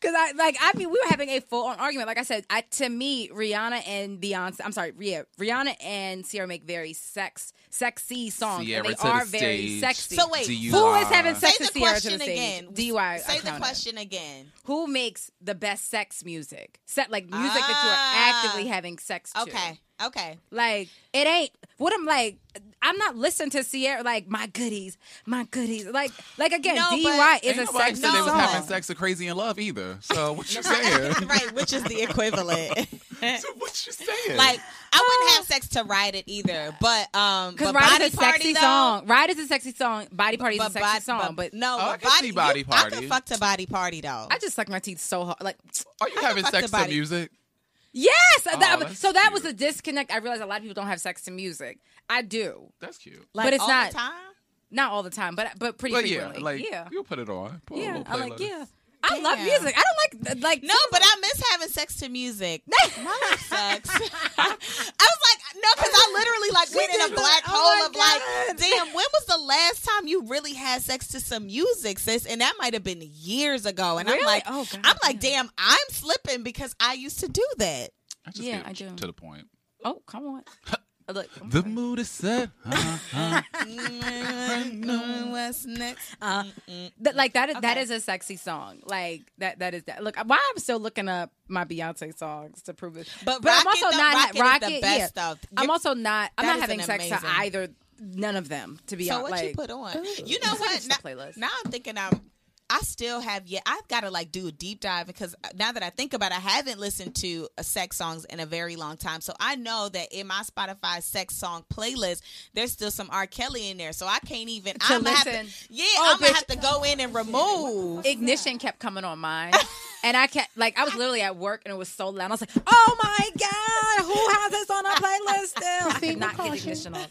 Because I like I mean we were having a full on argument. Like I said, I, to me Rihanna and Beyonce. I'm sorry, yeah, Rihanna and Sierra make very sex sexy songs. and Sierra they to the are very stage. sexy. So wait, Do you who is lie? having sex say with the Sierra to question the stage? again. DY. Say the accounted. question again. Who makes the best sex music? Set like music that Ah. you are actively having sex to. Okay, okay. Like it ain't what I'm like. I'm not listening to Sierra like my goodies, my goodies. Like like again, No, DY but- is a Ain't nobody sex said they was song. having sex with Crazy in Love either. So what you saying? right, which is the equivalent. so what you saying? like I wouldn't have sex to ride it either, but um, Because but Ride body is a party, sexy though, song. Ride is a sexy song. Body Party is a But, sexy bod- song. But, no, Oh, I but can see body, Body you- I Party. can fuck to body party though. I just suck my teeth so hard. Like, are you having fuck sex the to body. music? yes. that- Oh, that's so that was the cute. disconnect. I realized a lot of people don't have sex to music. I do. That's cute. Like, but it's all not- The time? Not all the time, but but pretty But yeah, frequently. like yeah. you'll put it on. Put a Yeah. little I'm like, playlist. yeah. I love Damn. music. I don't like, like, No, but I miss having sex to music. My life sucks. I was like, no, because I literally like went in just a black like, oh hole my of like, damn, when was the last time you really had sex to some music, sis? And that might have been years ago. And Really? I'm like, Oh, God, I'm like, damn, I'm slipping because I used to do that. I just Yeah, get I do. to the point. oh, come on. Look, The mood is set. Uh, uh. Mm, What's next? th- like that. Is, That is a sexy song. Like that. That is that. Look, why I'm still looking up my Beyonce songs to prove it. But Rocket, though, Rocket is the best, though. I'm You're- also not. I'm not that is having an sex to amazing- either. None of them. To be So honest, what like, oh, you put on? You know what? just Now, a playlist. now I'm thinking I'm. I still have yet. I've got to like do a deep dive because now that I think about it, I haven't listened to uh, sex songs in a very long time. So I know that in my Spotify sex song playlist, there's still some R. Kelly in there. So I can't even. I'm gonna have to. listen. Yeah, Oh, I'm gonna bitch. have to go in and remove. ignition kept coming on mine. And I kept like I was literally at work and it was so loud. I was like, "Oh my god, who has this on our playlist still?" I could not get ignition on.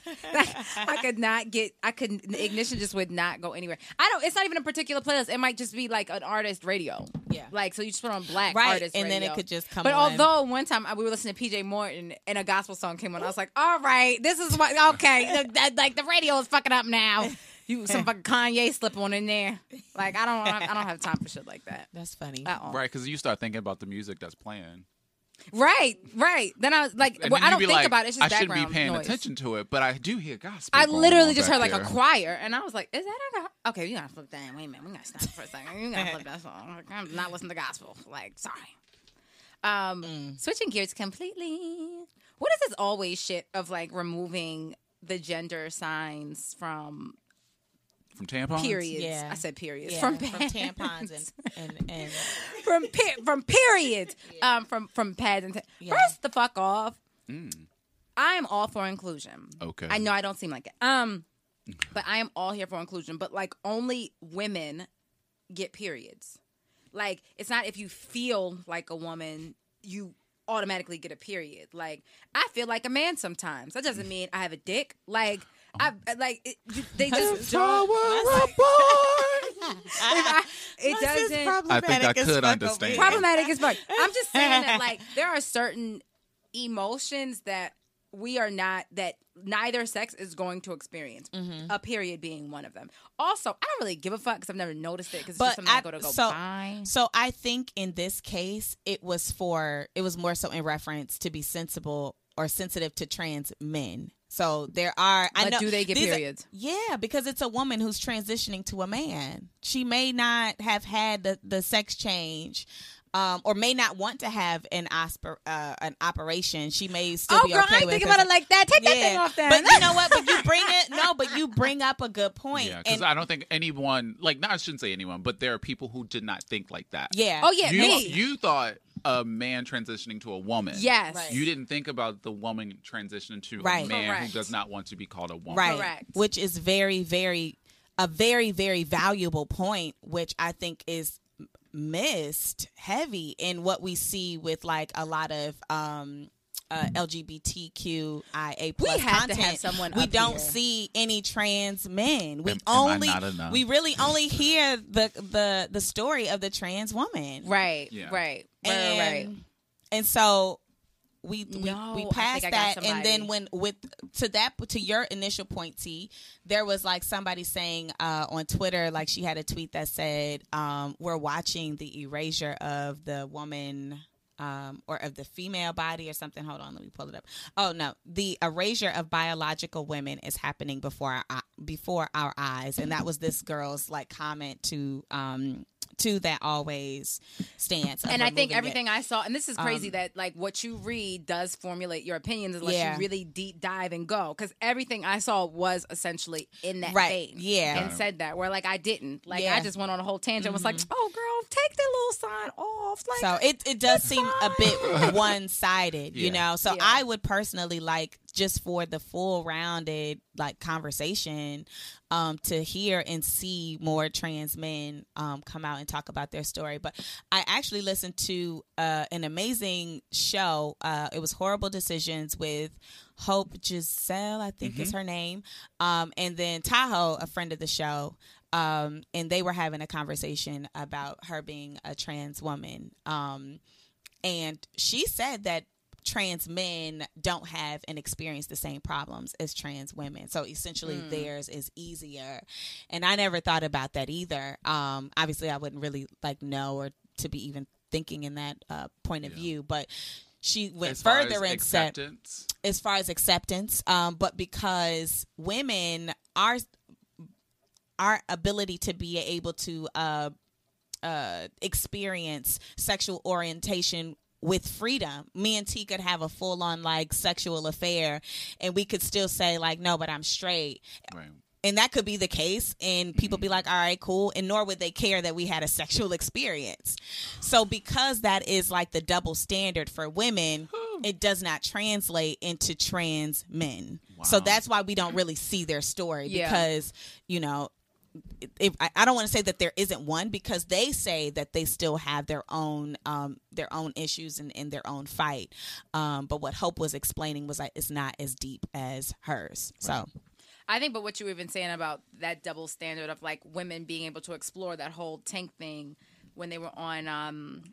I could not get. I couldn't. the Ignition just would not go anywhere. I don't. It's not even a particular playlist. It might just be like an artist radio. Yeah. Like so, you just put on black Right, artist, and then radio. it could just come But on. although one time I, we were listening to PJ Morton and a gospel song came on, I was like, "All right, this is what okay." the- that- like the radio is fucking up now. You some fucking Kanye slip on in there. Like I don't, I don't have time for shit like that. That's funny. At all. Right, because you start thinking about the music that's playing. Right, right. Then I was like, And well, then I you don't be think like, about it. It's just I shouldn't background be paying noise. attention to it, but I do hear gospel. I going on literally just back heard like a there. choir, and I was like, "Is that a go- okay?" You gotta flip that. Wait a minute, we gotta stop for a second. You gotta flip that song. Like, I'm not listening to gospel. Like, sorry. Um, Mm. switching gears completely. What is this always shit of like removing the gender signs from from tampons. periods? Yeah. I said periods yeah, from from, tampons and and, and from pe- from periods um from from pads and t- Yeah. first the fuck off. I am all for inclusion. Okay. I know I don't seem like it. Um, but I am all here for inclusion. But like only women get periods. Like it's not if you feel like a woman, you automatically get a period. Like I feel like a man sometimes. That doesn't mean I have a dick. Like I like it, you- they just don't. I, it doesn't. I think I could understand. problematic as fuck. I'm just saying that like there are certain emotions that we are not that neither sex is going to experience. Mm-hmm. A period being one of them. Also, I don't really give a fuck because I've never noticed it because it's just but something I, I, go to go so buy. so I think in this case it was for it was more so in reference to be sensible or sensitive to trans men. So there are I But know do they get these are- periods? yeah, because it's a woman who's transitioning to a man. She may not have had the, the sex change. Um, or may not want to have an ospor- uh, an operation. She may still Oh be girl, okay I ain't with thinking about it like that. Take that thing off there. But you know what? But you bring it no, but you bring up a good point. Yeah, because and I don't think anyone, like, not I shouldn't say anyone, but there are people who did not think like that. yeah. oh yeah, you, me. you thought a man transitioning to a woman. yes. Right. You didn't think about the woman transitioning to Right. a man Correct. who does not want to be called a woman. right Correct. which is very very a very very valuable point which i think is m- missed heavy in what we see with like a lot of um uh, LGBTQIA plus We have to content. have someone we up don't here. see any trans men. We Am- am I only not enough? we really only hear the the the story of the trans woman, Right. Yeah. Right. Right. and, right. and so we we, No, we I passed think I got that and then somebody. when with to that to your initial point t there was like somebody saying uh, on twitter like she had a tweet that said um, we're watching the erasure of the woman um, or of the female body or something hold on let me pull it up oh no the erasure of biological women is happening before our eye- before our eyes and that was this girl's like comment to um to that always stance of and I think removing it. everything I saw, and this is Um, crazy that like what you read does formulate your opinions unless Yeah. you really deep dive and go. Because everything I saw was essentially in that Right. vein. Yeah. And said that where like I didn't. Like Yeah. Mm-hmm. I just went on a whole tangent and was like, oh girl, take that little sign off. Like So it, it does seem a bit one sided, you Yeah. know. So Yeah. I would personally like just for the full rounded like conversation, um, to hear and see more trans men um come out and talk about their story. But I actually listened to uh an amazing show. Uh it was Horrible Decisions with Hope Giselle, I think is her name. Um and then Tahoe, a friend of the show um, and they were having a conversation about her being a trans woman. Um, and she said that trans men don't have and experience the same problems as trans women. So essentially, Hmm. theirs is easier. And I never thought about that either. Um, obviously, I wouldn't really like know or to be even thinking in that uh, point of view, but. she went As far further as and said acceptance. as far as acceptance, um, but because women our our ability to be able to uh, uh, experience sexual orientation with freedom, me and T could have a full on like sexual affair, and we could still say like, no, but I'm straight, Right. and that could be the case and people be like all right cool and nor would they care that we had a sexual experience so because that is like the double standard for women it does not translate into trans men so that's why we don't really see their story Yeah. because you know if, I I don't want to say that there isn't one because they say that they still have their own um, their own issues and, and their own fight. Um, but what Hope was explaining was that it's not as deep as hers. So I think, but what you were even saying about that double standard of like women being able to explore that whole tank thing when they were on um,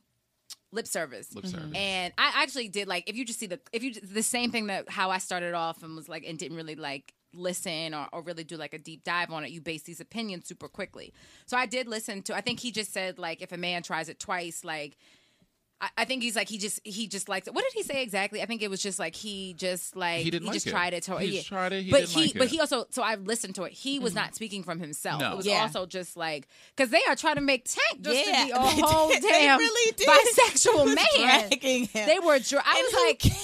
lip service. Lip service. And I actually did like if you just see the if you the same thing that how I started off and was like and didn't really like listen or, or really do like a deep dive on it you base these opinions super quickly so i did listen to i think he just said like if a man tries it twice like i, I think he's like he just he just likes it what did he say exactly i think it was just like he just like He didn't like just it. tried it to, He yeah. tried it, he but didn't he like but it. he also Oh, so i've listened to it he was not speaking from himself No. it was Mm-hmm. Yeah. also just like because they are trying to make tank just Yeah, to be a they whole did. They damn really did. bisexual was man dragging him. they were dr- i And was who like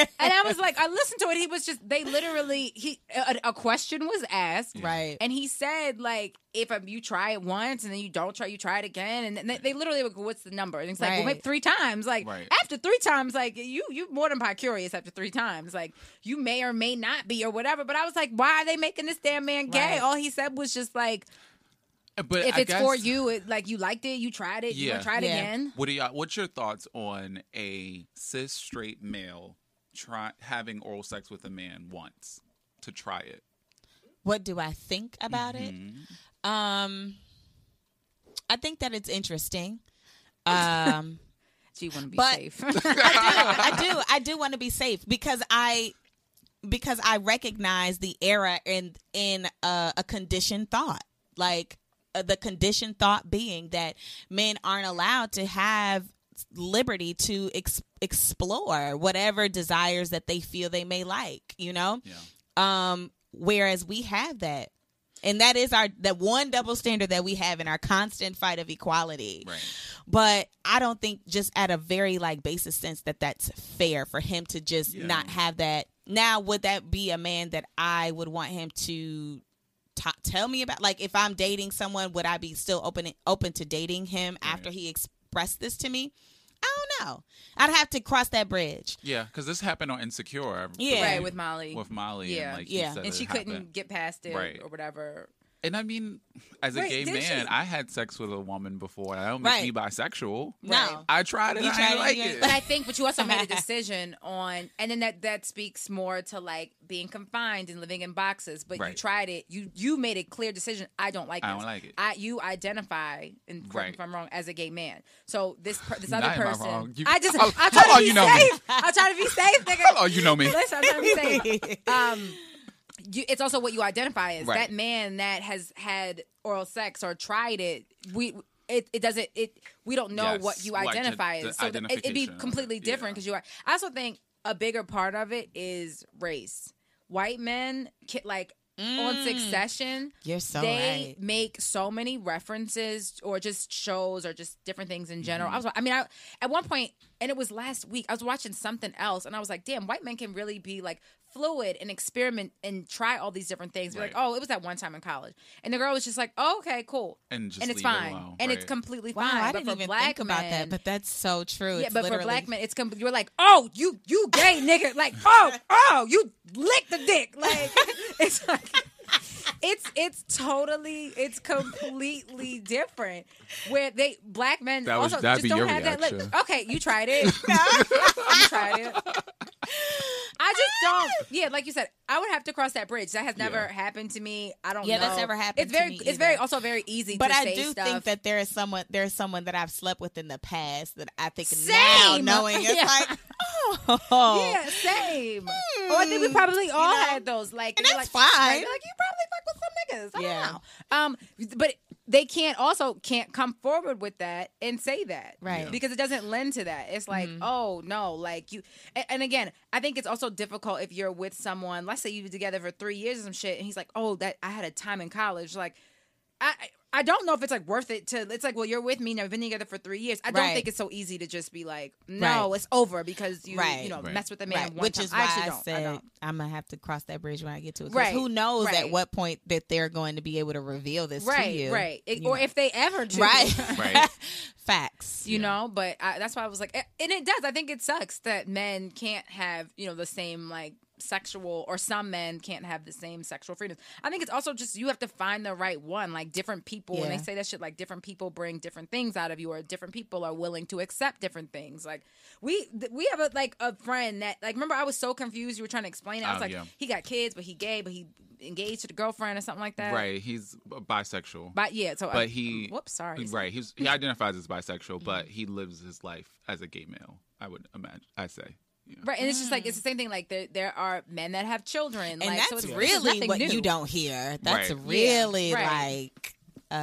and I was like, I listened to it. He was just, they literally, he a, a question was asked, Right. And he said, like, if um, you try it once and then you don't try, you try it again, and then they, they literally were, what's the number? And it's like, well, Right. maybe three times. Like Right. after three times, like you, you more than pie curious after three times. Like you may or may not be or whatever. But I was like, why are they making this damn man gay? Right. All he said was just like, Uh, But if I it's for guess- you, it, like you liked it, you tried it, you Yeah. want to try it Yeah. again. What are y'all, what's your thoughts on a cis straight male try having oral sex with a man once to try it? what do I think about it? Um, I think that it's interesting. Um, Do you want to be But- safe? I do, I do, I do want to be safe because I because I recognize the error in in a, a conditioned thought, like uh, the conditioned thought being that men aren't allowed to have liberty to ex- explore whatever desires that they feel they may like. You know, Yeah. um, whereas we have that. And that is our that one double standard that we have in our constant fight of equality Right. but I don't think just at a very like basis sense that that's fair for him to just Yeah. not have that. Now, would that be a man that I would want him to t- tell me about? Like, if I'm dating someone, would I be still open open to dating him after he expressed this to me? I don't know. I'd have to cross that bridge. Yeah, because this happened on Insecure. I Yeah. right believe, with Molly. With Molly. Yeah. And, like, Yeah. yeah. and she couldn't get past it Right. or whatever. And I mean, as a Wait, gay did man, she? I had sex with a woman before. I don't make Right. me bisexual. No. I tried it. You I tried didn't it, like yeah. it. But I think, but you also made a decision on, and then that that speaks more to like being confined and living in boxes. But you Right. tried it. You you made a clear decision. I don't like. I this. don't like it. I you identify, and correct me if Right. I'm wrong, as a gay man. So this per, this Nah, other am I person, wrong? You- I just how- I how try long to be you know me? safe. I try to be safe, nigga. Oh, you know me. Listen, I'm trying to be safe. Um, you, it's also what you identify as. Right. That man that has had oral sex or tried it, we it, it doesn't it we don't know Yes, what you like the- identify the as. So th- it, it'd be identification of it, completely different yeah. because you are. I also think a bigger part of it is race. White men, ki- like Mm. on Succession, You're so they right. make so many references or just shows or just different things in general. I Mm-hmm. was, I mean, I, at one point, and it was last week, I was watching something else, and I was like, damn, white men can really be like fluid and experiment and try all these different things. Be Like, Right. oh, it was that one time in college, and the girl was just like, oh, okay, cool, And just and it's leave it fine, alone, and it's right. completely Wow, fine. I But didn't for even black think about men- that, but that's so true. yeah, It's but literally- for black men, it's com- you're like, oh, you you gay nigga, like, oh, oh, you lick the dick, like, it's like, it's it's totally, it's completely different. Where they black men That was- also that'd just be don't your have that. reaction. Like, okay, you tried it, you tried it. I just don't. Yeah, like you said, I would have to cross that bridge. That has never Yeah. happened to me. I don't. Yeah, that's know. never happened It's to very, me it's very either. also very easy. But to I say do stuff. think that there is someone there's someone that I've slept with in the past that I think Same. now knowing it's Yeah. like oh Hmm. Yeah, same. Oh, I think we probably all had those. Like, And you're that's like, fine. Right? You're like, you probably fuck with some niggas. I Yeah. don't know. Um, but they can't also can't come forward with that and say that Right. Mm-hmm. Yeah. because it doesn't lend to that it's like oh no like you a- and again i think it's also difficult if you're with someone let's say you were together for three years or some shit and he's like oh that i had a time in college like i i don't know if it's like worth it to it's like well you're with me now we've been together for three years i don't Right. think it's so easy to just be like no Right. it's over because you Right. you know Right. mess with the man Right, one which time. is I why actually I, don't. said I I don't. am gonna have to cross that bridge when I get to it. 'Cause Right, Who knows right. at what point that they're going to be able to reveal this right to you? right It- you or know. if they ever do right, Right. facts. you know but I, that's why i was like a- and it does i think it sucks that men can't have you know the same like sexual or some men can't have the same sexual freedom i think it's also just you have to find the right one like different people when they Yeah. say that shit like different people bring different things out of you or different people are willing to accept different things like we th- we have a like a friend that like remember i was so confused you were trying to explain it i was Oh, like yeah. he got kids but he gay but he engaged to the girlfriend or something like that Right. He's b- bisexual. but yeah so I, but he uh, whoops sorry Mm-hmm. Right. He's he identifies as bisexual, but he lives his life as a gay male. I would imagine. I say. Yeah. Right, and it's just like it's the same thing. Like there, there are men that have children, and like, so it's- that's this is really nothing what new. you don't hear. That's Right. Yeah, really right. like, uh,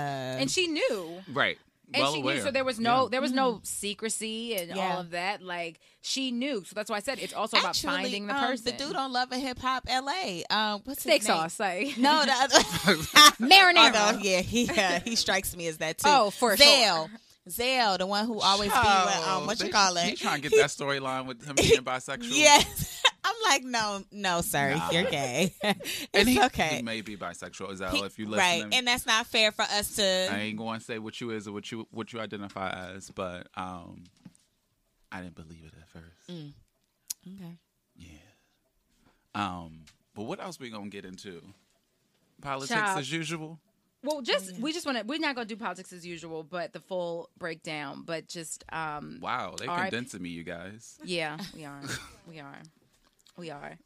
And she knew, Right. and well she aware. knew. So there was no, there was no secrecy and Mm-hmm. Yeah. all of that. Like she knew. So that's why I said it's also about actually, finding the um, person. the dude on Love and Hip Hop L.A. Um, what's steak his name? sauce, like No, the other. marinara. Although, yeah, he uh, he strikes me as that too. Oh, for Zale. Zale, the one who always be with, um, what They- you call He it? trying to get that storyline with him being bisexual. Yes. I'm like, no, no, sir, Nah. you're gay. it's And he, okay. he may be bisexual, Zell, He- if you listen. right, to me. and that's not fair for us to. I ain't going to say what you is or what you what you identify as, but um, I didn't believe it at first. Mm. Okay. Um, but what else we gonna get into? Politics Child. as usual. Well, just we just want to. We're not gonna do politics as usual, but the full breakdown. But just um, Wow, they R.I.P. condensing me, you guys. Yeah, we are. we are. We are.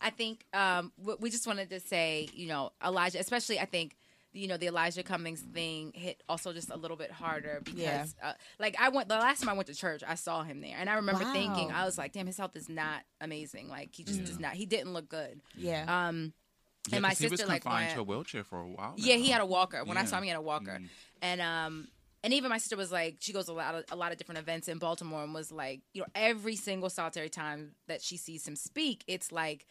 I think um, w- we just wanted to say, you know, Elijah, especially I think, you know, the Elijah Cummings thing hit also just a little bit harder because, Yeah. uh, like, I went the last time I went to church, I saw him there, and I remember Wow. thinking, I was like, damn, his health is not amazing. Like, he just does not. He didn't look good. Yeah. Um, Yeah, and my 'cause he was sister like confined went- to a wheelchair for a while. yeah, he now. had a walker. When I Yeah. saw him, he had a walker. And um and even my sister was like, she goes to a lot of a lot of different events in Baltimore and was like, you know, every single solitary time that she sees him speak, it's like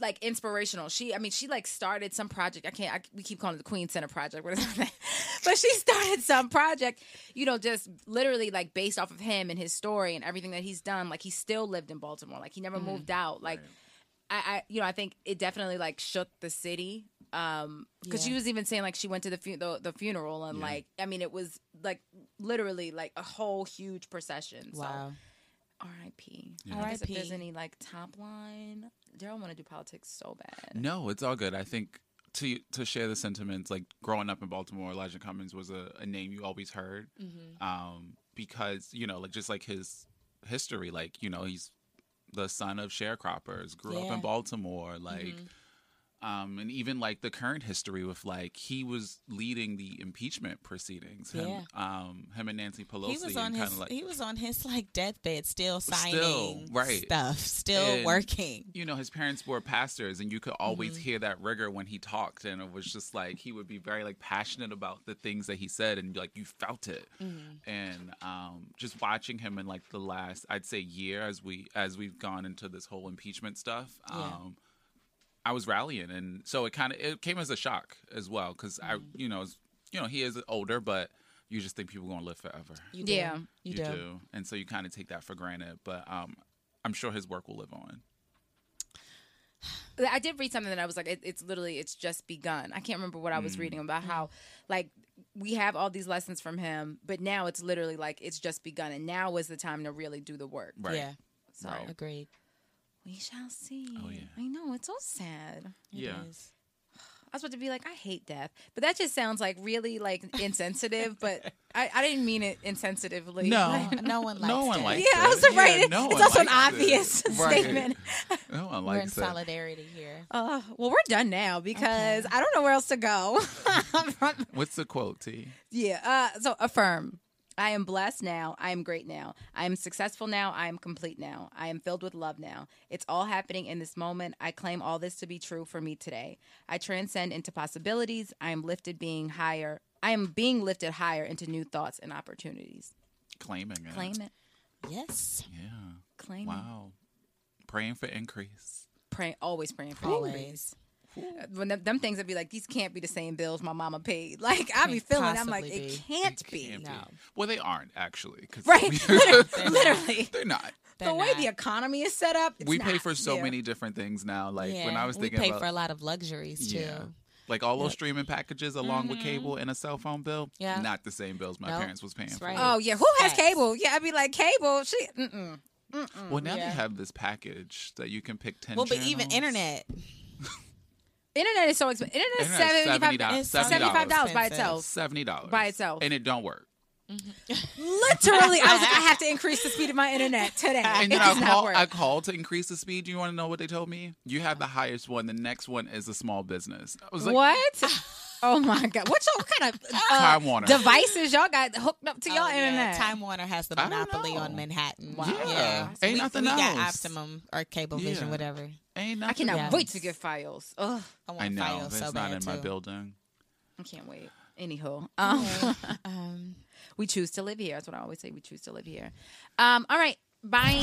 like inspirational. She, I mean, she like started some project. I can't. I, we keep calling it the Queen Center Project, what is that? but she started some project. You know, just literally like based off of him and his story and everything that he's done. Like he still lived in Baltimore. Like he never moved out. Like I, I, you know, I think it definitely like shook the city. Um, because she Yeah. was even saying like she went to the, fu- the the funeral and like I mean it was like literally like a whole huge procession. So wow. R.I.P. I guess if there's R.I.P.. any like top line, Daryl want to do politics so bad. No, it's all good. I think to to share the sentiments, like growing up in Baltimore, Elijah Cummings was a, a name you always heard, Mm-hmm. um, because you know, like just like his history, like you know, he's the son of sharecroppers, grew up Yeah. Mm-hmm. in Baltimore, like. Um, and even like the current history with like he was leading the impeachment proceedings. Him, Yeah. um, him and Nancy Pelosi. He was on and his kinda, like, he was on his like deathbed, still signing right. stuff, still And- working. Mm-hmm. you know his parents were pastors and you could always hear that rigor when he talked and it was just like he would be very like passionate about the things that he said and like you felt it Mm-hmm. and um just watching him in like the last i'd say year as we as we've gone into this whole impeachment stuff um i was rallying and so it kind of it came as a shock as well because i Mm-hmm. you know it's- you know he is older but you just think people gonna live forever You Yeah. you, do. and so you kind of take that for granted but um i'm sure his work will live on I did read something that I was like, it, it's literally, it's just begun. I can't remember what I was reading about how, like, we have all these lessons from him, but now it's literally like it's just begun, and now is the time to really do the work. right Oh. Yeah, So Right. agreed. we shall see. Oh, yeah. I know it's so sad. yeah It is. I was about to be like, I hate death, but that just sounds like really like insensitive. but I, I didn't mean it insensitively. No. No one likes no one it. likes Yeah, I was it. like, right. Yeah, no it's one also an likes it. obvious Right. statement. No one We're in likes it. solidarity here. Uh, well, we're done now because I don't know where else to go. What's the quote, T? yeah. Uh, so affirm. I am blessed now. I am great now. I am successful now. I am complete now. I am filled with love now. It's all happening in this moment. I claim all this to be true for me today. I transcend into possibilities. I am lifted being higher. I am being lifted higher into new thoughts and opportunities. Claiming it. Claim it. Yes. Yeah. Claim it. Wow. Praying for increase. Praying, always praying for Always. increase. Uh, When them, them things would be like, these can't be the same bills my mama paid. Like I be Can't feeling, I'm like, possibly it be. can't It be. can't be. No. Well, they aren't actually. 'cause- Right? Literally. literally. They're not. They're the way not. the economy is set up, it's we pay not. for so Yeah. many different things now. Like when Yeah, I was thinking we pay about for a lot of luxuries too. Mm-hmm. yeah, like all those streaming packages along with cable and a cell phone bill. Yeah. Not the same bills my Nope. parents was paying That's for. right. Oh yeah, who has Facts. cable? Yeah, I'd be like cable. She, mm-mm. Well, now Mm-hmm. Yeah. they have this package that you can pick ten. Well, but even channels. internet, internet is so expensive. Internet is Internet's seventy $70. five It's so seventy-five dollars by expensive. itself. seventy dollars By itself. and it don't work. Literally, I was like, I have to increase the speed of my internet today. And it then does I not call, work. I called to increase the speed. Do you want to know what they told me? You have the highest one. The next one is a small business. I was like, "Ah." what? Oh my god! What y'all what kind of uh, Time Warner. devices y'all got hooked up to y'all Oh, yeah, internet? Time Warner has the I don't monopoly know. on Manhattan. Yeah. Ain't we, nothing we got else. Optimum or Cablevision, Yeah. whatever. Ain't I cannot Yeah. wait to get files. Ugh, I want I know files that's so not bad in too. my building. I can't wait. Anywho, um, Um, we choose to live here. That's what I always say. We choose to live here. Um, all right, bye.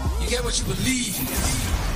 You get what you believe.